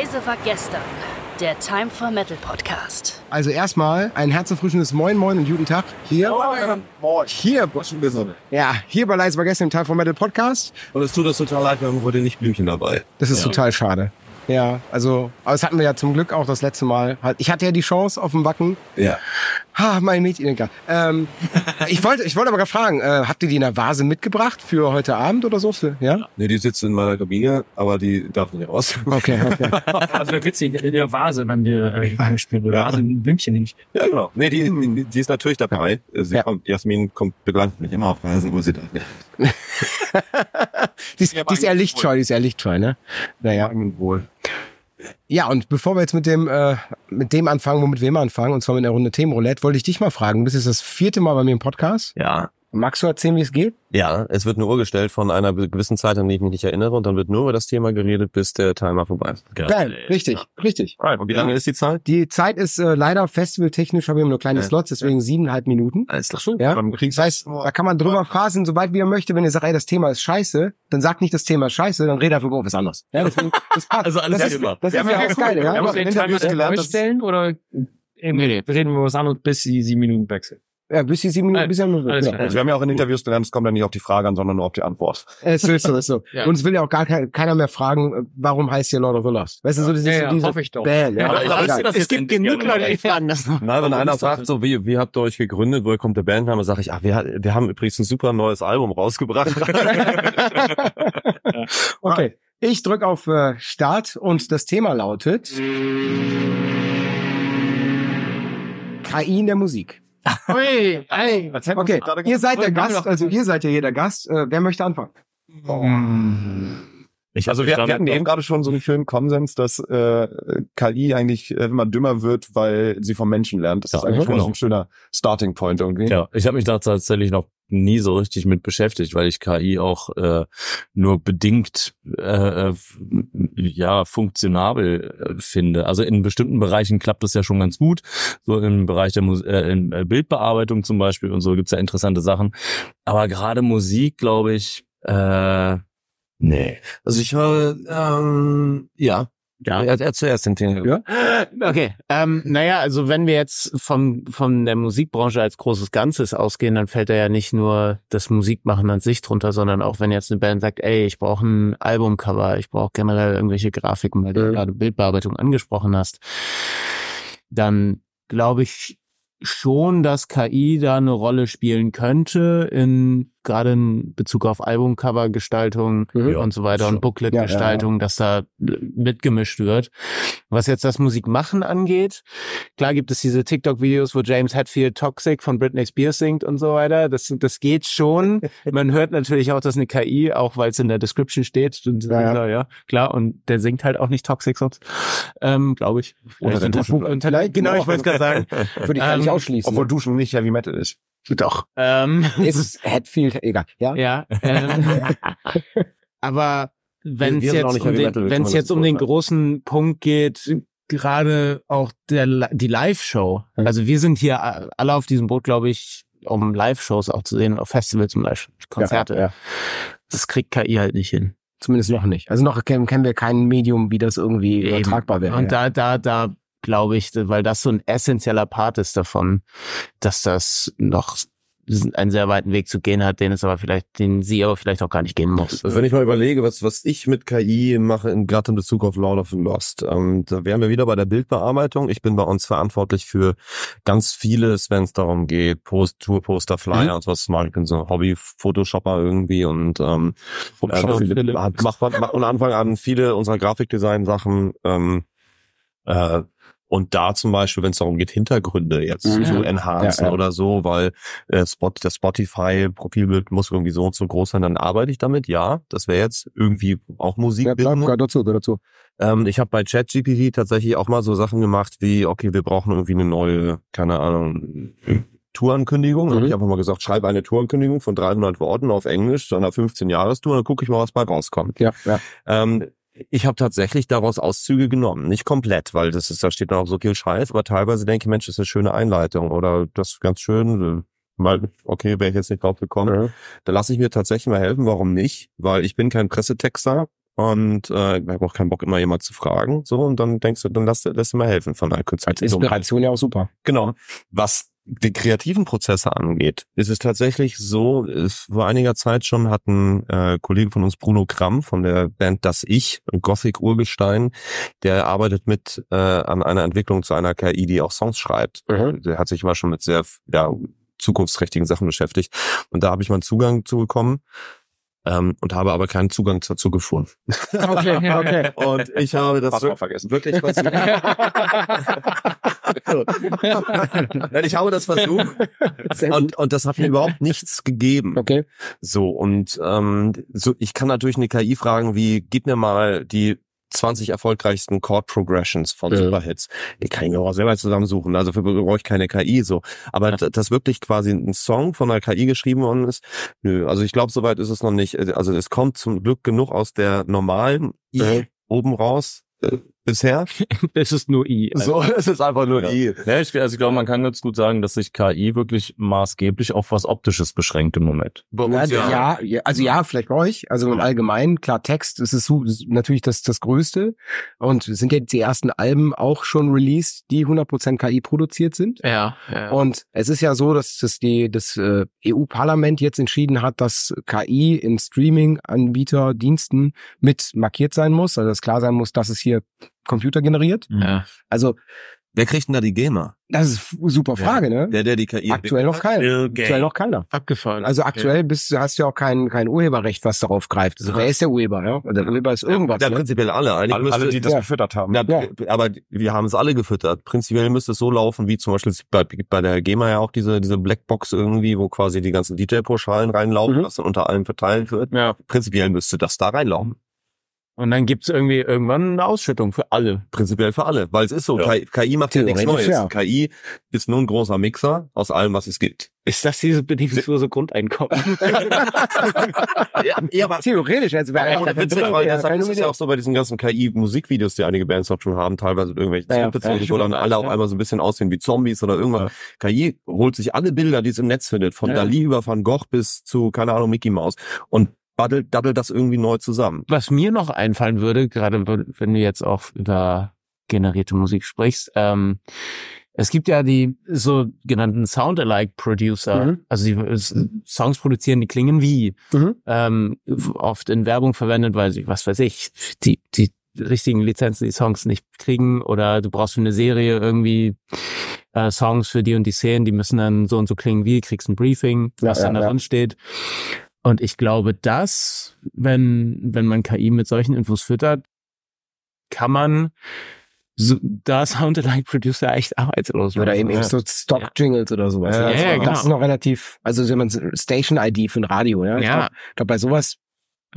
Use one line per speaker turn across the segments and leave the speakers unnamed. Diese war gestern, der Time for Metal Podcast.
Also erstmal ein herzerfrischendes Moin Moin und guten Tag hier.
Moin.
Hier,
Was schon besonders.
ja, hier bei Leise war gestern im Teil vom Metal Podcast.
Und es tut uns total leid, wir haben heute nicht Blümchen dabei.
Das ist total schade. Ja, also, aber das hatten wir ja zum Glück auch das letzte Mal. Halt, Ich hatte ja die Chance auf dem Wacken.
Ja.
Ha, mein Mädchen. egal. Ähm, ich wollte, ich wollte aber gerade fragen, äh, habt ihr die in der Vase mitgebracht für heute Abend oder so? Für, ja?
Ne, die sitzt in meiner Kabine, aber die darf nicht raus.
Okay, okay.
Also witzig, in der Vase, wenn wir äh, gespielt haben. Vase, ein Blümchen nicht.
Ja, genau. Ne, die,
Hm.
die, die ist natürlich dabei. Sie
Ja.
kommt, Jasmin kommt begleitet mich immer auf Reisen, wo sie da
Die ist, die ist eher lichtscheu, die ist eher lichtscheu, ne? Naja.
wohl.
Ja, und bevor wir jetzt mit dem, äh, mit dem anfangen, womit wir immer anfangen, und zwar mit einer Runde Themenroulette, wollte ich dich mal fragen. Du bist jetzt das vierte Mal bei mir im Podcast.
Ja,
Magst du erzählen, wie es geht?
ja, es wird eine Uhr gestellt von einer be- gewissen Zeit, an die ich mich nicht erinnere, und dann wird nur über das Thema geredet, bis der Timer vorbei ist.
Geil, richtig, richtig.
Und wie lange ist die Zeit?
Die Zeit ist äh, leider festivaltechnisch, haben wir nur kleine
Ja.
Slots, deswegen siebeneinhalb Minuten.
Alles klar, schön.
Ja.
Beim Krieg
Das heißt, da kann man drüber phasen, soweit wie er möchte. Wenn ihr sagt, ey, das Thema ist scheiße, dann sagt nicht, das Thema ist scheiße, dann redet einfach über was anderes. Ja, deswegen, das passt.
Also alles
das ist,
Thema.
das ist ja auch das Geile. Ja?
Wir haben
Aber
uns den Timer
Interviews gelernt, das-
durchstellen oder eben, nee, nee, wir reden über was anderes, bis die sieben Minuten wechseln.
Ja, bis die sieben Minuten, bis die sieben Minuten. genau.
Alles
Ja.
klar.
Also wir haben ja auch in Interviews gelernt, es kommt dann nicht auf die Frage an, sondern nur auf die Antwort.
Äh, Es ist so, es ist so.
Ja.
Uns will ja auch gar ke- keiner mehr fragen, äh, warum heißt hier Lord of the Lost? Weißt du, so diese,
Ja, ja,
diese
hoffe ich doch.
Bäh, ja,
Aber ich
egal.
weiß, dass
es
jetzt
gibt genug Leute, die fragen das noch.
Na, wenn
Aber
einer
ist das
fragt, so wie, wie habt ihr euch gegründet, woher kommt der Bandname, sage
ah,
ich, ach, wir, wir haben übrigens ein super neues Album rausgebracht.
Okay. Ich drücke auf äh, Start und das Thema lautet KI in der Musik.
Ui, ey, was
Okay, ihr seid der
Haben wir
Gast,
doch-
also ihr seid ja hier der Gast. Äh, wer möchte anfangen?
Ich
Also wir, wir hatten eben gerade schon so einen schönen Konsens, dass äh, KI eigentlich äh, immer dümmer wird, weil sie vom Menschen lernt. Das
Ja,
ist eigentlich
genau.
schon so ein schöner Starting Point irgendwie.
Ja, ich habe mich da tatsächlich noch nie so richtig mit beschäftigt, weil ich KI auch äh, nur bedingt äh, f- ja funktionabel äh, finde. Also in bestimmten Bereichen klappt das ja schon ganz gut, so im Bereich der Mus äh, in äh, Bildbearbeitung zum Beispiel und so gibt's ja interessante Sachen. Aber gerade Musik, glaube ich, äh, nee.
Also ich höre, ähm, ja. Ja, er, er zuerst den Thema.
Ja.
Okay, ähm, naja, also wenn wir jetzt vom, von der Musikbranche als großes Ganzes ausgehen, dann fällt da ja nicht nur das Musikmachen an sich drunter, sondern auch wenn jetzt eine Band sagt, ey, ich brauche ein Albumcover, ich brauche generell irgendwelche Grafiken, weil du
Mhm.
gerade Bildbearbeitung angesprochen hast, dann glaube ich schon, dass KI da eine Rolle spielen könnte in gerade in Bezug auf Albumcovergestaltung
Mhm.
und so weiter und Bookletgestaltung, dass da mitgemischt wird. Was jetzt das Musikmachen angeht, klar gibt es diese TikTok-Videos, wo James Hetfield Toxic von Britney Spears singt und so weiter. Das, das geht schon. Man hört natürlich auch, dass eine KI, auch weil es in der Description steht, und,
Ja,
ja,
ja.
ja. klar, und der singt halt auch nicht Toxic sonst, ähm, glaube ich.
Oder der
Und- genau, ich wollte es gerade sagen.
Würde ich gar nicht
Ähm,
ausschließen.
Obwohl Duschen nicht Heavy Metal ist.
Doch. Ähm,
ist es Hatfield, egal. Ja,
Ja. Ähm, aber wenn es
wir sind auch
jetzt
nicht
um
Heavy
den,
Metal, wir
wenn's
können
jetzt
das
um den
beurteilen.
großen Punkt geht, gerade auch der, Li- die Live-Show. Also wir sind hier a- alle auf diesem Boot, glaube ich, um Live-Shows auch zu sehen, auf Festivals, um Live-Konzerte.
Ja, ja.
Das kriegt KI halt nicht hin.
Zumindest noch nicht. Also noch kennen, kennen wir kein Medium, wie das irgendwie
Eben.
übertragbar wäre.
Und da, da, da glaube ich, weil das so ein essentieller Part ist davon, dass das noch einen sehr weiten Weg zu gehen hat, den es aber vielleicht, den sie aber vielleicht auch gar nicht gehen muss.
Also Wenn ich mal überlege, was, was ich mit KI mache, in, gerade in Bezug auf Lord of the Lost, ähm, da wären wir wieder bei der Bildbearbeitung. Ich bin bei uns verantwortlich für ganz vieles, wenn es darum geht, Post, Tourposter, Flyer und sowas. zu machen. Ich bin so ein Hobby-Photoshopper irgendwie und ähm, äh, hat- macht man macht von Anfang an viele unserer Grafikdesign-Sachen. Ähm, äh, und da zum Beispiel, wenn es darum geht, Hintergründe jetzt
Mhm.
zu enhancen
Ja, ja.
oder so, weil äh, Spot, das Spotify-Profilbild muss irgendwie so und so groß sein, dann arbeite ich damit, ja. Das wäre jetzt irgendwie auch Musik.
ja, klar, gehört dazu, gehört dazu.
Ähm, ich habe bei ChatGPT tatsächlich auch mal so Sachen gemacht wie, okay, wir brauchen irgendwie eine neue, keine Ahnung, Tourankündigung. Hab
Mhm.
ich einfach mal gesagt, schreibe eine Tourankündigung von 300 Worten auf Englisch zu einer 15-Jahres-Tour, dann gucke ich mal, was bei rauskommt.
Ja, ja.
Ähm, ich habe tatsächlich daraus Auszüge genommen. Nicht komplett, weil das ist, da steht noch so viel Scheiß, aber teilweise denke ich, Mensch, das ist eine schöne Einleitung oder das ist ganz schön. äh, Mal, okay, wäre ich jetzt nicht drauf gekommen. Da lasse ich mir tatsächlich mal helfen, warum nicht? Weil ich bin kein Pressetexter und äh, ich habe auch keinen Bock, immer jemand zu fragen. So, und dann denkst du, dann lass, lass dir mal helfen von der Künstler.
Als Inspiration ja auch super.
Genau. Was die kreativen Prozesse angeht, ist es tatsächlich so, es vor einiger Zeit schon hat ein äh, Kollege von uns, Bruno Kramm von der Band Das Ich, Gothic Urgestein, der arbeitet mit äh, an einer Entwicklung zu einer KI, die auch Songs schreibt. Also Der hat sich immer schon mit sehr ja, zukunftsträchtigen Sachen beschäftigt. Und da habe ich mal einen Zugang zu bekommen ähm, und habe aber keinen Zugang dazu gefunden.
Okay, okay.
Und ich habe das
Passwort vergessen.
wirklich versucht. Nein, ich habe das versucht und, und das hat mir überhaupt nichts gegeben.
Okay.
So, und ähm, so, ich kann natürlich eine KI fragen, wie, gib mir mal die 20 erfolgreichsten Chord Progressions von Superhits. Die kann ich mir auch selber zusammensuchen. Also für brauche ich keine KI so. Aber d- dass wirklich quasi ein Song von einer KI geschrieben worden ist, nö. Also ich glaube, soweit ist es noch nicht. Also es kommt zum Glück genug aus der normalen I oben raus äh, bisher. Also,
Es ist nur I.
So es ist einfach nur I.
Ja, ich, also ich glaube, man kann ganz gut sagen, dass sich KI wirklich maßgeblich auf was Optisches beschränkt im Moment.
Bei
Na,
uns ja.
ja. ja, also ja, vielleicht bei euch. Also im Allgemeinen, klar, Text ist es so, ist natürlich das, das Größte. Und es sind jetzt die ersten Alben auch schon released, die 100% KI produziert sind.
Ja, ja.
Und es ist ja so, dass das, die, das äh, EU-Parlament jetzt entschieden hat, dass KI in Streaming-Anbieter-Diensten mit markiert sein muss, also dass klar sein muss, dass es hier Computer generiert.
ja.
Also
Wer kriegt denn da die GEMA?
das ist f- super Frage, ne?
Der, der die KI
Aktuell noch keiner. Aktuell
Aktuell
noch keiner.
Abgefahren.
Also aktuell bist, du- hast du ja auch kein, kein Urheberrecht, was darauf greift. Also wer ist der Urheber? Ja? Der Urheber ist irgendwas.
Ja,
ne?
prinzipiell alle. Eigentlich
Alle, alle, die das
Ja.
gefüttert haben.
ja,
Ja.
aber wir haben es alle gefüttert. Prinzipiell müsste es so laufen, wie zum Beispiel es bei, gibt bei der GEMA ja auch diese, diese Blackbox irgendwie, wo quasi die ganzen DJ-Pauschalen reinlaufen,
Mhm.
das dann unter allen verteilt wird.
Ja.
Prinzipiell müsste das da reinlaufen.
Und dann gibt's irgendwie irgendwann eine Ausschüttung für alle.
Prinzipiell für alle, weil es ist so,
Ja.
KI, KI macht ja nichts Neues.
Theoretisch, ja.
KI ist nur ein großer Mixer aus allem, was es gibt.
Ist das dieses bedingungslose Grundeinkommen?
Ja, ja aber
Theoretisch, also wer
Ja,
ja,
und witzig, weil deshalb ist es ja auch so bei diesen ganzen KI-Musikvideos, die einige Bands auch schon haben, teilweise mit irgendwelchen
Ja, ja.
Snippets
Ja,
und
schon
oder
mal,
alle auf
ja.
einmal so ein bisschen aussehen wie Zombies oder irgendwas. KI holt sich alle Bilder, die es im Netz findet, von
Ja.
Dalí über Van Gogh bis zu, keine Ahnung, Mickey Mouse und daddelt, daddelt das irgendwie neu zusammen.
Was mir noch einfallen würde, gerade wenn du jetzt auch über generierte Musik sprichst, ähm, es gibt ja die sogenannten Sound-alike-Producer,
Mhm.
also die äh, Songs produzieren, die klingen wie,
Mhm.
ähm, oft in Werbung verwendet, weil sie, was weiß ich, die, die richtigen Lizenzen die Songs nicht kriegen oder du brauchst für eine Serie irgendwie äh, Songs für die und die Szenen, die müssen dann so und so klingen wie, kriegst ein Briefing,
Ja,
was
ja,
dann da
ja.
drin steht. Und ich glaube, dass, wenn, wenn man KI mit solchen Infos füttert, kann man so, da Soundalike-Producer echt arbeitslos
Oder
machen.
eben eben so Stock-Jingles oder sowas.
Ja,
ne?
ja,
das,
genau.
das ist noch relativ, also wenn man Station-ID für ein Radio, ja. Ich
Ja.
glaube, glaub, bei sowas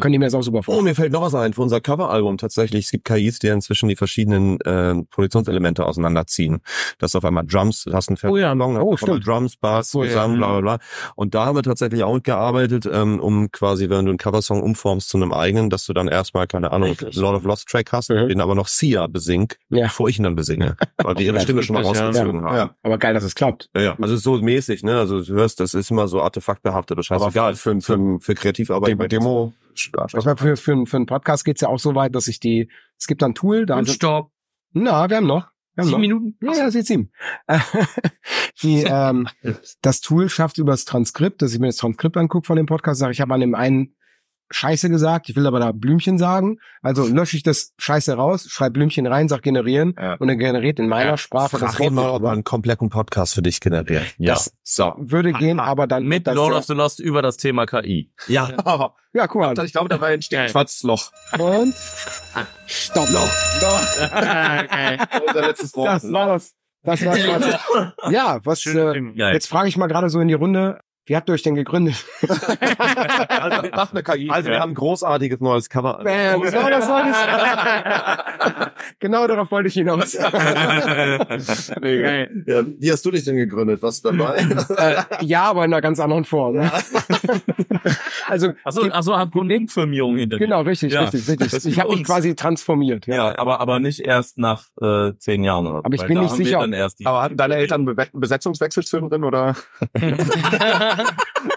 könnt ihr mir das auch super
Oh,
vorstellen.
mir fällt noch was ein für unser Coveralbum. Tatsächlich, es gibt KIs, die inzwischen die verschiedenen äh, Produktionselemente auseinanderziehen. Das auf einmal Drums, du hast einen
Oh ja,
Song,
oh,
auf einmal
stimmt.
Drums, Bass,
ja.
zusammen, bla bla bla. Und da haben wir tatsächlich auch mitgearbeitet, ähm, um quasi, wenn du einen Coversong umformst zu einem eigenen, dass du dann erstmal, keine Ahnung, Lord of Lost Track hast,
Mhm.
den aber noch Sia besing,
Ja.
bevor ich ihn dann besinge. Weil die ihre
Ja,
Stimme schon mal
das ist ja-
rausgezogen haben.
Ja.
Aber geil, dass es klappt.
Ja, ja. Also so mäßig, ne? Also du hörst, das ist immer so artefaktbehaftet, das
Aber
scheißegal.
für- für- für-
für Kreativarbeit.
Demo, Demo
Ich meine, für, für, für einen Podcast geht's ja auch so weit, dass ich die, es gibt da ein Tool, da haben sie-
Stopp.
Na, wir haben noch. Wir haben noch.
Minuten?
Ja, ja, sieht sieben. Die, ähm, das Tool schafft über das Transkript, dass ich mir das Transkript angucke von dem Podcast, sage ich habe an dem einen Scheiße gesagt, ich will aber da Blümchen sagen. Also lösche ich das Scheiße raus, schreibe Blümchen rein, sag generieren
Ja.
und er generiert in meiner
Ja,
Sprache das
Frag ihn mal, ob er
Wort.
einen kompletten Podcast für dich generiert.
Ja.
Das, so.
Würde gehen, aber dann
Mit
das-
Lord of the Lost über das Thema KI.
Ja.
Ja, guck mal.
Ich glaube, da war ein schwarzes Loch.
Und stopp.
Unser letztes Wort.
Das war's. Das war's. ja, was äh,
Geil.
jetzt frage ich mal gerade so in die Runde, wie habt ihr euch denn gegründet?
Also, eine KI. Also, wir haben ein großartiges neues Cover.
Bam, genau das wollte ich. genau darauf wollte ich hinaus.
Ja, wie hast du dich denn gegründet? Was dabei?
Äh, ja, aber in einer ganz anderen Form. also
Achso, also hat Problemfirmierung hinter dir.
genau, richtig,
Ja,
richtig, richtig.
das
Ich habe mich
uns.
quasi transformiert. Ja.
Ja, aber, aber nicht erst nach äh, zehn Jahren oder so,
Aber ich
weil
bin
da
nicht
haben wir
sicher,
Dann erst die
Aber hatten deine Eltern einen Be Besetzungswechsel zwischendrin oder?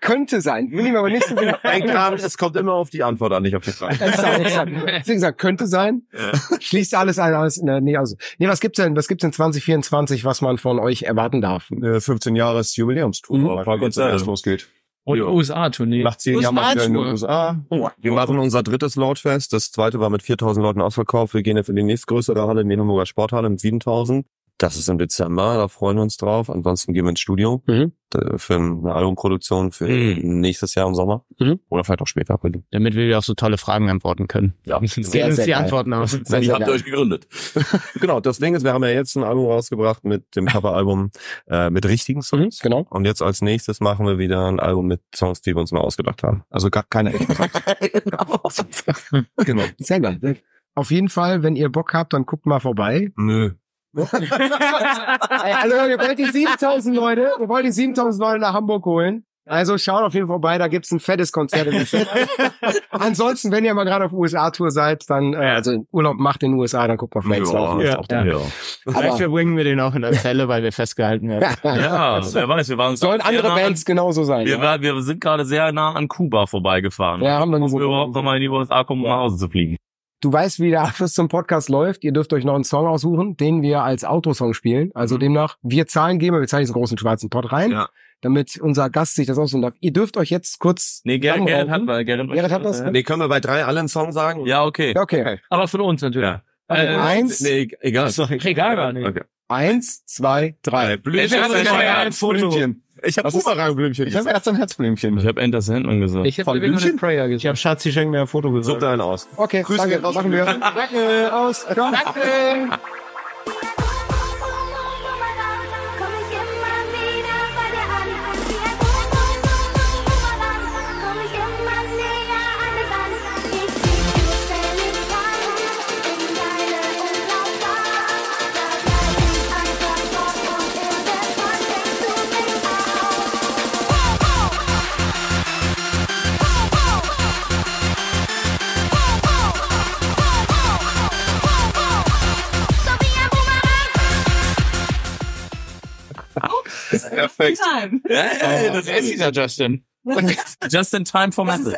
könnte sein. Will ihm aber nicht so genau.
Ein Kram, es kommt immer auf die Antwort an, nicht auf die Frage.
Exakt, exakt. Deswegen gesagt, könnte sein. Schließt alles ein, alles in der Nähe aus. Nee, was gibt's denn, was gibt's denn 2024, was man von euch erwarten darf?
Äh, 15 Jahres Jubiläumstour,
Mhm.
weil jetzt erst losgeht.
Und
Ja.
USA-Tournee.
Nach zehn Jahren mal wieder in den USA.
Oh.
Wir machen unser drittes Loudfest. Das zweite war mit 4000 Leuten ausverkauft. Wir gehen jetzt in die nächstgrößere Halle, in die Hamburger Sporthalle mit 7000. Das ist im Dezember, da freuen wir uns drauf. Ansonsten gehen wir ins Studio
Mhm.
äh, für eine Albumproduktion für nächstes Jahr im Sommer.
Mhm.
Oder vielleicht auch später. April.
damit wir dir auch so tolle Fragen antworten können.
Ja.
Gehen uns
sehr
die
geil.
Antworten aus.
Sehr, sehr geil.
gegründet.
Genau, das Ding ist, wir haben ja jetzt ein Album rausgebracht mit dem Coveralbum äh, mit richtigen
Mhm,
Songs.
genau.
Und jetzt als nächstes machen wir wieder ein Album mit Songs, die wir uns mal ausgedacht haben.
Also gar keine echte.
Genau.
Sehr geil. Auf jeden Fall, wenn ihr Bock habt, dann guckt mal vorbei.
Nö.
Also, wir wollen die 7000 Leute, wir wollen die 7000 Leute nach Hamburg holen. Also schaut auf jeden Fall vorbei, da gibt's ein fettes Konzert. im Dezember. Ansonsten, wenn ihr mal gerade auf USA-Tour seid, dann, äh, also Urlaub macht in den USA, dann guckt mal vielleicht
Ja.
laufen.
Ja.
Ja.
Ja.
Vielleicht verbringen wir den auch in der Zelle, weil wir festgehalten werden.
ja, wer weiß, wir waren
Sollen
sehr
andere
nah
Bands genauso sein.
An, wir,
Ja,
waren, wir sind gerade sehr nah an Kuba vorbeigefahren.
ja haben dann
Ob wir überhaupt
so.
nochmal in die USA kommen, um nach Hause zu fliegen.
Du weißt, wie der Abschluss zum Podcast läuft. Ihr dürft euch noch einen Song aussuchen, den wir als Autosong spielen.
Mhm.
Also demnach, wir zahlen geben, wir zahlen diesen großen schwarzen Pott rein,
Ja.
damit unser Gast sich das aussuchen darf. Ihr dürft euch jetzt kurz.
Nee, Gerrit, Gerrit hat,
zusammenraufen.
Gerrit, äh,
Gerrit hat was?
Nee, können wir bei drei allen Songs sagen?
Ja, okay.
Ja, okay.
Aber von uns natürlich.
Ja.
Äh,
Eins,
Nee, egal.
Egal, gar nicht.
Okay.
eins, zwei, drei.
Ich hab ein Herzblümchen.
Ich habe
Das ist-
Boomerang-Blümchen.
Ich habe erst ein
Ich
Herzblümchen.
habe Enter Sandman gesagt.
Ich habe
Blümchen?
Prayer gesagt. Ich habe Schatzi Schenk mir ein Foto
Such
gesagt.
da einen aus.
Okay,
Grüße
danke,
gehen raus.
machen wir. Danke, aus. Danke.
Komm ich immer wieder bei dir an. Wie ein Boom, Boom, Boom, Boom, Boomerang. Komm ich immer näher an dich an. Ich zieh dich ständig an in deine Umlaufbahn. Da bleib ich einfach dort und irgendwann denkst du mich auf. Wow, wow. Wow, wow. Wow, wow. Wow, wow. Wow, wow. So wie ein Boomerang.
Perfekt.
Hey, das
Wer ist dieser Justin?
Just in time for Method.